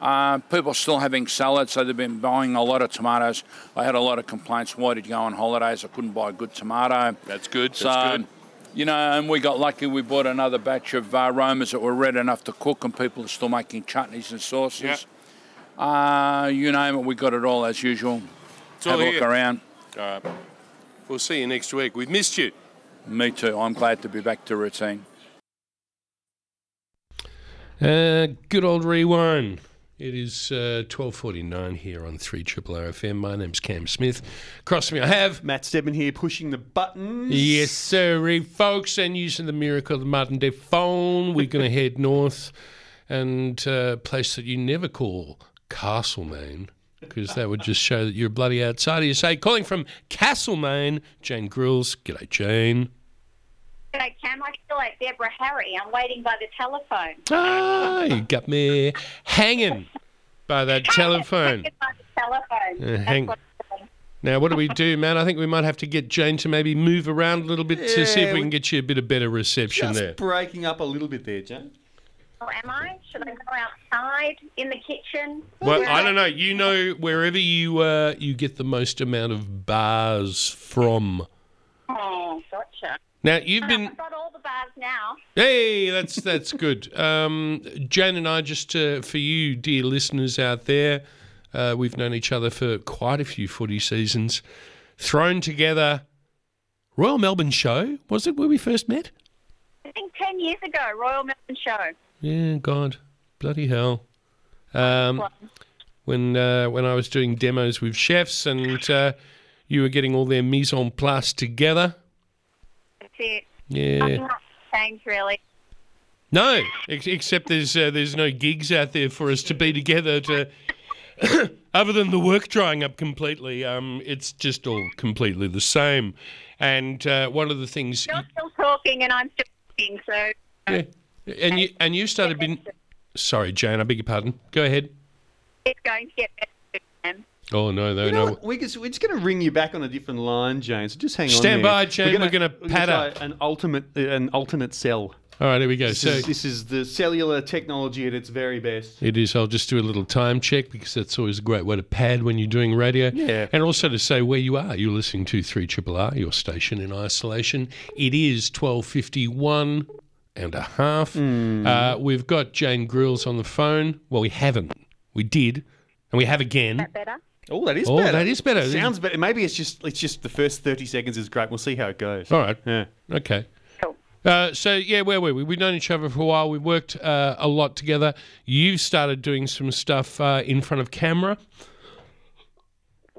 E: Uh, people still having salad, so they've been buying a lot of tomatoes. I had a lot of complaints. Why did you go on holidays? I couldn't buy a good tomato.
C: That's good.
E: So,
C: That's good.
E: you know, and we got lucky. We bought another batch of uh, Romas that were red enough to cook, and people are still making chutneys and sauces. Uh, you name it, we got it all as usual.
C: It's
E: Have
C: all
E: a look
C: here.
E: around.
C: All right. We'll see you next week. We've missed you.
E: Me too. I'm glad to be back to routine.
A: Uh, good old rewind. It is uh, twelve forty nine here on three Triple R FM. My name's Cam Smith. Across from me, I have
B: Matt Stebbin here pushing the buttons.
A: yes, sir, folks, and using the miracle of the modern day phone, we're going to head north and uh, a place that you never call Castlemaine because that would just show that you're bloody outside of your say. Calling from Castlemaine, Jane Grills. G'day, Jane.
F: G'day, Cam. I feel like Deborah Harry. I'm waiting by the telephone.
A: Ah, you got me hanging by that telephone.
F: Waiting by the telephone.
A: Uh,
F: That's
A: hang-
F: what I'm doing.
A: Now, what do we do, man? I think we might have to get Jane to maybe move around a little bit to see if
B: Yeah,
A: we
B: we-
A: can get you a bit of better reception
B: Just
A: there.
B: breaking up a little bit there, Jane.
F: Or am I? Should I go outside in the kitchen?
A: Well,
F: Where-
A: I don't know. You know, wherever you uh, you get the most amount of bars from.
F: Oh, gotcha.
A: Now you've
F: I've
A: been
F: got all the bars now.
A: hey, that's that's good. Um, Jane and I just uh, for you, dear listeners out there, uh, we've known each other for quite a few footy seasons. Thrown together, Royal Melbourne Show was it where we first met?
F: I think 10 years ago, Royal Melbourne Show.
A: Yeah, God, bloody hell. Um, when uh, when I was doing demos with chefs and uh, you were getting all their mise en place together.
F: That's it.
A: Yeah.
B: Uh-huh.
F: Nothing much changed, really.
A: No, ex- except there's uh, there's no gigs out there for us to be together to other than the work drying up completely, um, it's just all completely the same. And uh, one of the things,
F: You're still talking and I'm still talking, so
A: yeah, and you and you started being, sorry, Jane, I beg your pardon. Go ahead.
F: it's going to get better. Sam.
A: Oh no, no,
B: You know
A: no.
B: what? We just, we're just going to ring you back on a different line, Jane. So just hang on.
A: Stand
B: there.
A: by, Jane. We're gonna pad
B: try
A: up.
B: an ultimate, uh, an alternate cell.
A: All right, here we go.
B: This,
A: So
B: is, this is the cellular technology at its very best.
A: It is. I'll just do a little time check because that's always a great way to pad when you're doing radio.
B: Yeah.
A: And also to say where you are. You're listening to 3RRR, your station in isolation. It is 1251 and a half. Uh, we've got Jane Grills on the phone. Well, we haven't. We did. And we have again.
F: Better?
B: Oh, that is
A: Oh,
B: better.
A: that is better.
B: Sounds better. Maybe it's just it's just the first thirty seconds is great. We'll see how it goes.
A: All right.
B: Yeah.
A: Okay.
F: Cool.
A: Uh, so yeah, where were we? We've known each other for a while. We've worked uh, a lot together. You've started doing some stuff uh, in front of camera.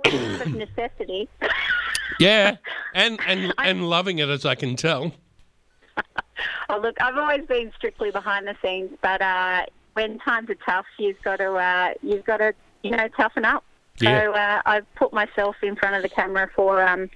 F: Of necessity.
A: Yeah, and and and loving it as I can tell.
F: Oh, look, I've always been strictly behind the scenes, but uh, when times are tough, you've got to uh, you've got to you know toughen up.
A: Yeah.
F: So uh, I've put myself in front of the camera for um,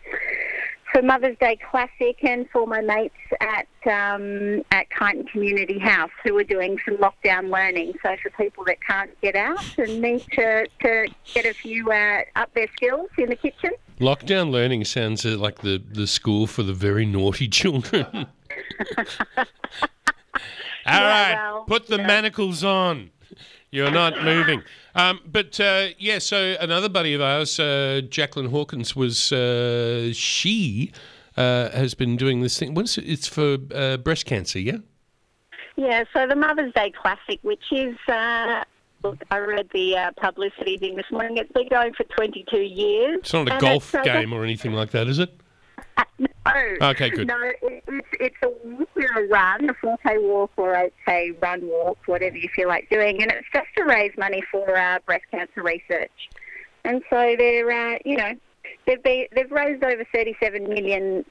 F: for Mother's Day Classic and for my mates at um, at Kyneton Community House who are doing some lockdown learning. So for people that can't get out and need to, to get a few uh, up their skills in the kitchen.
A: Lockdown learning sounds uh, like the, the school for the very naughty children. All right,
F: well,
A: put the manacles on. You're not moving. Um, but uh, yeah, so another buddy of ours, uh, Jacqueline Hawkins, was uh, she uh, has been doing this thing. What's it? It's for uh, breast cancer, yeah.
F: Yeah, so the Mother's Day Classic, which is, uh, look, I read the uh, publicity thing this morning. It's been going for 22 years.
A: It's not a
F: And
A: golf
F: it's, uh,
A: game or anything like that, is it?
F: No.
A: Okay, good.
F: No, it, it's, it's a walk or a run, a 4K walk or a 8K run walk, whatever you feel like doing. And it's just to raise money for uh, breast cancer research. And so they're, uh, you know, they've, been, they've raised over $37 million,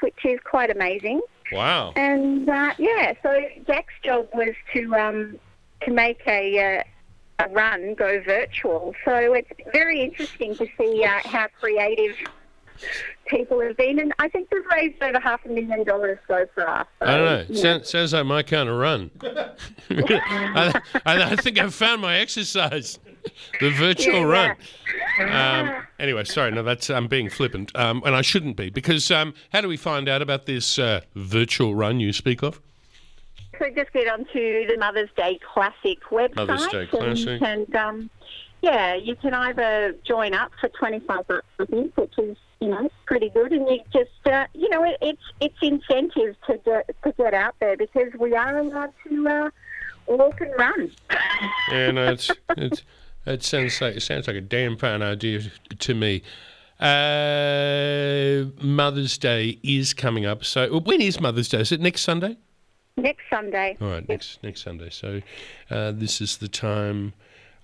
F: which is quite amazing.
A: Wow.
F: And uh, yeah, so Jack's job was to um, to make a, uh, a run go virtual. So it's very interesting to see uh, how creative people have been, and I think they've raised over half a million dollars so far. So,
A: I don't know.
F: yeah.
A: Sounds, sounds like my kind of run. I, I, I think I've found my exercise, the virtual
F: Yeah,
A: run. Um, anyway, sorry. No, that's I'm being flippant, um, and I shouldn't be because um, how do we find out about this uh, virtual run you speak of?
F: So just get onto the Mother's Day Classic website.
A: Mother's Day Classic.
F: And, and um, yeah, you can either join up for 25 bucks, I think, which is, you know, pretty good. And you just, uh, you know, it, it's it's incentive to get, to get out there because we are allowed to uh, walk and run.
A: Yeah, no, it's, it's it sounds like it sounds like a damn fine idea to me. Uh, Mother's Day is coming up. So when is Mother's Day? Is it next Sunday?
F: Next Sunday.
A: All right, next next Sunday. So uh, this is the time.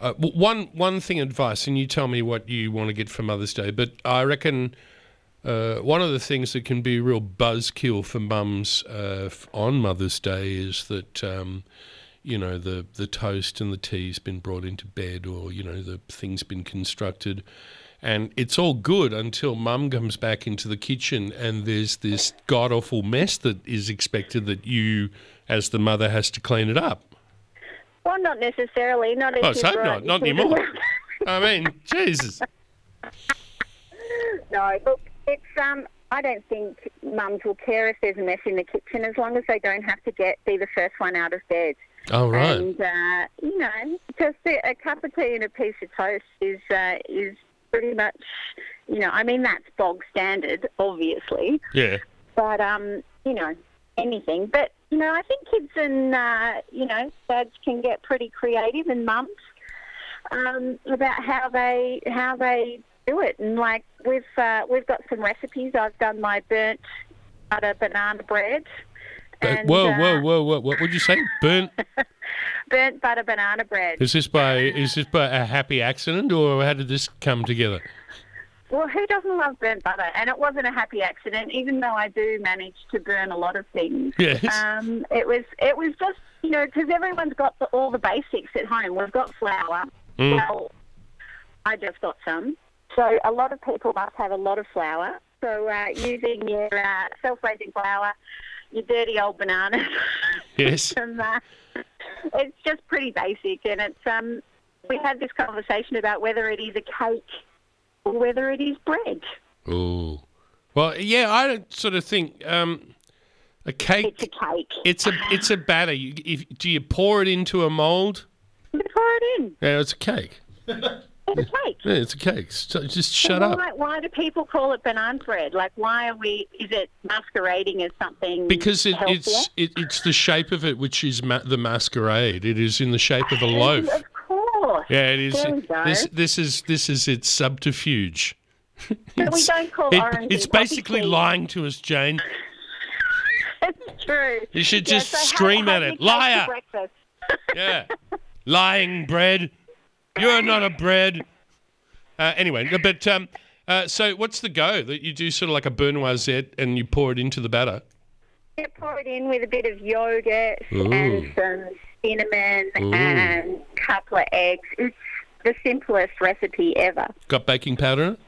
A: Uh, w- one one thing advice, and you tell me what you want to get for Mother's Day. But I reckon uh, one of the things that can be a real buzzkill for mums uh, f- on Mother's Day is that um, you know the the toast and the tea's been brought into bed, or you know the thing's been constructed. And it's all good until mum comes back into the kitchen and there's this god awful mess that is expected that you, as the mother, has to clean it up.
F: Well, not necessarily. Not if
A: Let's
F: you're
A: hope
F: right.
A: not. Not
F: You can-
A: anymore. I mean, Jesus.
F: No, look, it's um. I don't think mums will care if there's a mess in the kitchen as long as they don't have to get be the first one out of bed.
A: All right.
F: And uh, you know, just a, a cup of tea and a piece of toast is uh, is pretty much, you know, I mean that's bog standard, obviously,
A: yeah.
F: but um, you know, anything. But you know, I think kids and uh, you know dads can get pretty creative and mums um, about how they how they do it. And like we've uh, we've got some recipes. I've done my burnt butter banana bread. uh,
A: But, whoa, whoa, whoa, whoa! What would you say? Burnt?
F: Burnt butter banana bread.
A: Is this by is this by a happy accident, or how did this come together?
F: Well, who doesn't love burnt butter? And it wasn't a happy accident, even though I do manage to burn a lot of things.
A: Yes.
F: Um, it was it was just you know because everyone's got the, all the basics at home. We've got flour. Well, I just got some. So a lot of people must have a lot of flour. So uh, using your uh, self-raising flour, your dirty old bananas.
A: Yes.
F: from uh, it's just pretty basic, and it's um. We had this conversation about whether it is a cake or whether it is bread.
A: Oh. Well, yeah, I don't sort of think um, a
F: It's a
A: cake.
F: cake.
A: It's a it's a batter. You, if, do you pour it into a mold?
F: You pour it in.
A: Yeah, it's a cake.
F: It's a cake.
A: Yeah, it's a cake. So just shut
F: why,
A: up.
F: Why do people call it banana bread? Like, why are we? Is it masquerading as something?
A: Because it,
F: healthier?
A: it's it, it's the shape of it, which is ma- the masquerade. It is in the shape of a loaf.
F: Of course.
A: Yeah, it is.
F: There we go.
A: This this is this is its subterfuge.
F: But we don't call
A: It-
F: orange.
A: it's
F: Oh, and poppy
A: basically
F: seed.
A: lying to us, Jane.
F: It's true.
A: You should
F: Yeah,
A: just
F: so how-
A: scream
F: how
A: at
F: do you
A: it,
F: taste the
A: liar.
F: breakfast?
A: Yeah. Lying bread. You're not a bread. Uh, anyway, no, but um, uh, so what's the go that you do sort of like a Bernoisette and you pour it into the batter?
F: Yeah, pour it in with a bit of yogurt and some cinnamon and a couple of eggs. It's the simplest recipe ever.
A: Got baking powder in it?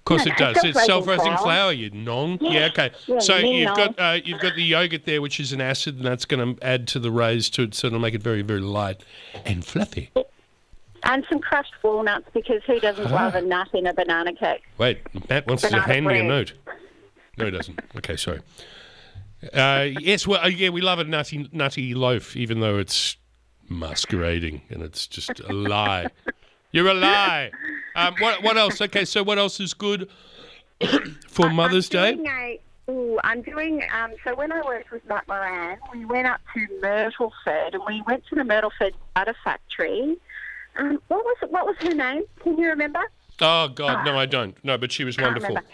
A: Of course
F: No,
A: it
F: no,
A: does. It's
F: self-raising
A: self-raising flour,
F: flour.
A: you nong. Yeah, okay. so
F: you
A: you've
F: nong.
A: got uh, you've got the yogurt there, which is an acid, and that's going to add to the raise to it, so it'll make it very, very light and fluffy.
F: And some crushed walnuts because who doesn't
A: Ah.
F: love a nut in a banana cake?
A: Wait, Matt wants to
F: Banana
A: hand me a
F: bread.
A: note. No, he doesn't. Okay, sorry. Uh, yes, well, uh, yeah, we love a nutty, nutty loaf, even though it's masquerading and it's just a lie. You're a lie. Um, what, what else? Okay, so what else is good for Mother's Day?
F: I'm doing a- ooh, I'm doing. Um, so when I worked with Matt Moran, we went up to Myrtleford and we went to the Myrtleford butter factory. Um, what was it, what was her name? Can you remember?
A: Oh God, no, I don't. No, but she was wonderful.
F: remember.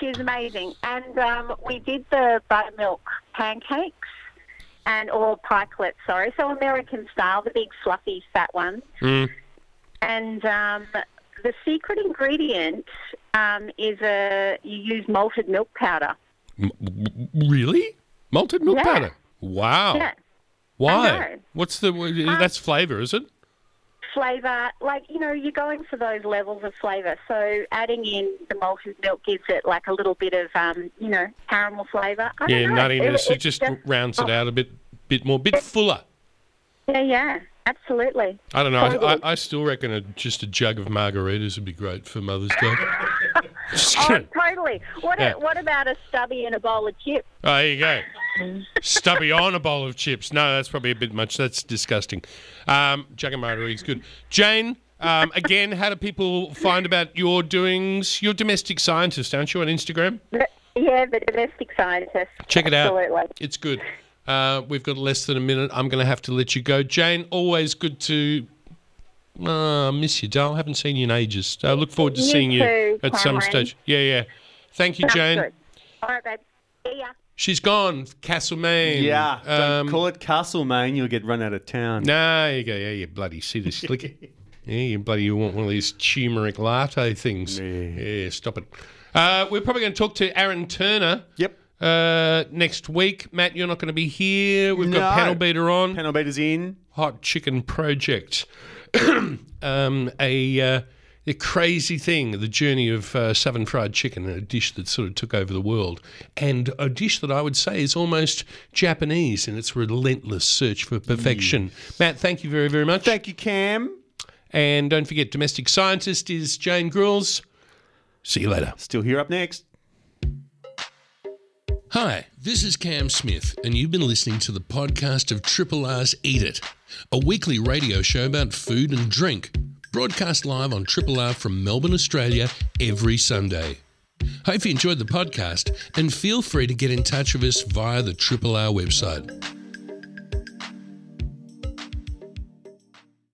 F: She's amazing. And um, we did the buttermilk pancakes and or pikelets, sorry, so American style, the big fluffy fat ones.
A: Mm.
F: And um, the secret ingredient um, is a you use malted milk powder.
A: M- w- really? Malted milk
F: Yeah.
A: powder. Wow.
F: Yeah.
A: Why?
F: know. Um,
A: What's the? That's flavor, is it?
F: flavor like you know you're going for those levels of flavor so adding in the malted milk gives it like a little bit of um you know caramel flavor I
A: Yeah,
F: don't know.
A: nuttiness. It,
F: it's
A: just rounds
F: oh.
A: it out a bit, bit more, bit fuller.
F: yeah yeah absolutely
A: I don't know. I, I, I still reckon a, just a jug of margaritas would be great for Mother's Day. Just
F: oh
A: kidding.
F: totally what
A: Yeah.
F: a, what about a stubby and a bowl of chips
A: Oh, there you go. Stubby on a bowl of chips. No, that's probably a bit much. That's disgusting. Um, jug of margaritas, good. Jane, um, again, how do people find about your doings? You're a domestic scientist, aren't you, on Instagram?
F: But- yeah the domestic scientist
A: Check it out.
F: absolutely
A: It's good. Uh, we've got less than a minute. I'm going to have to let you go. Jane, always good to. Uh, miss you, darl. Haven't seen you in ages. I look forward to
F: You
A: seeing you
F: too,
A: at some
F: Cameron.
A: stage. Yeah, yeah. Thank you,
F: Sounds
A: Jane.
F: good. all right babe see ya
A: She's gone. Castlemaine.
B: Yeah,
A: Um,
B: don't call it Castlemaine. You'll get run out of town.
A: nah, you go. Yeah, you bloody see this slick. yeah, you bloody you want one of these turmeric latte things. Yeah, stop it. Uh, we're probably going to talk to Aaron Turner.
B: Yep.
A: Uh, next week, Matt, you're not going to be here. We've got
B: No.
A: panel beater on.
B: Panel beaters in.
A: Hot Chicken Project, um, a, uh, a crazy thing, the journey of uh, southern fried chicken, a dish that sort of took over the world, and a dish that I would say is almost Japanese in its relentless search for perfection. Matt, thank you very, very much.
B: Thank you, Cam.
A: and don't forget, domestic scientist is Jane Gruels. See you later.
B: Still here up next.
A: Hi, this is Cam Smith, and you've been listening to the podcast of Triple R's Eat It, a weekly radio show about food and drink, broadcast live on Triple R from Melbourne, Australia, every Sunday. Hope you enjoyed the podcast, and feel free to get in touch with us via the Triple R website.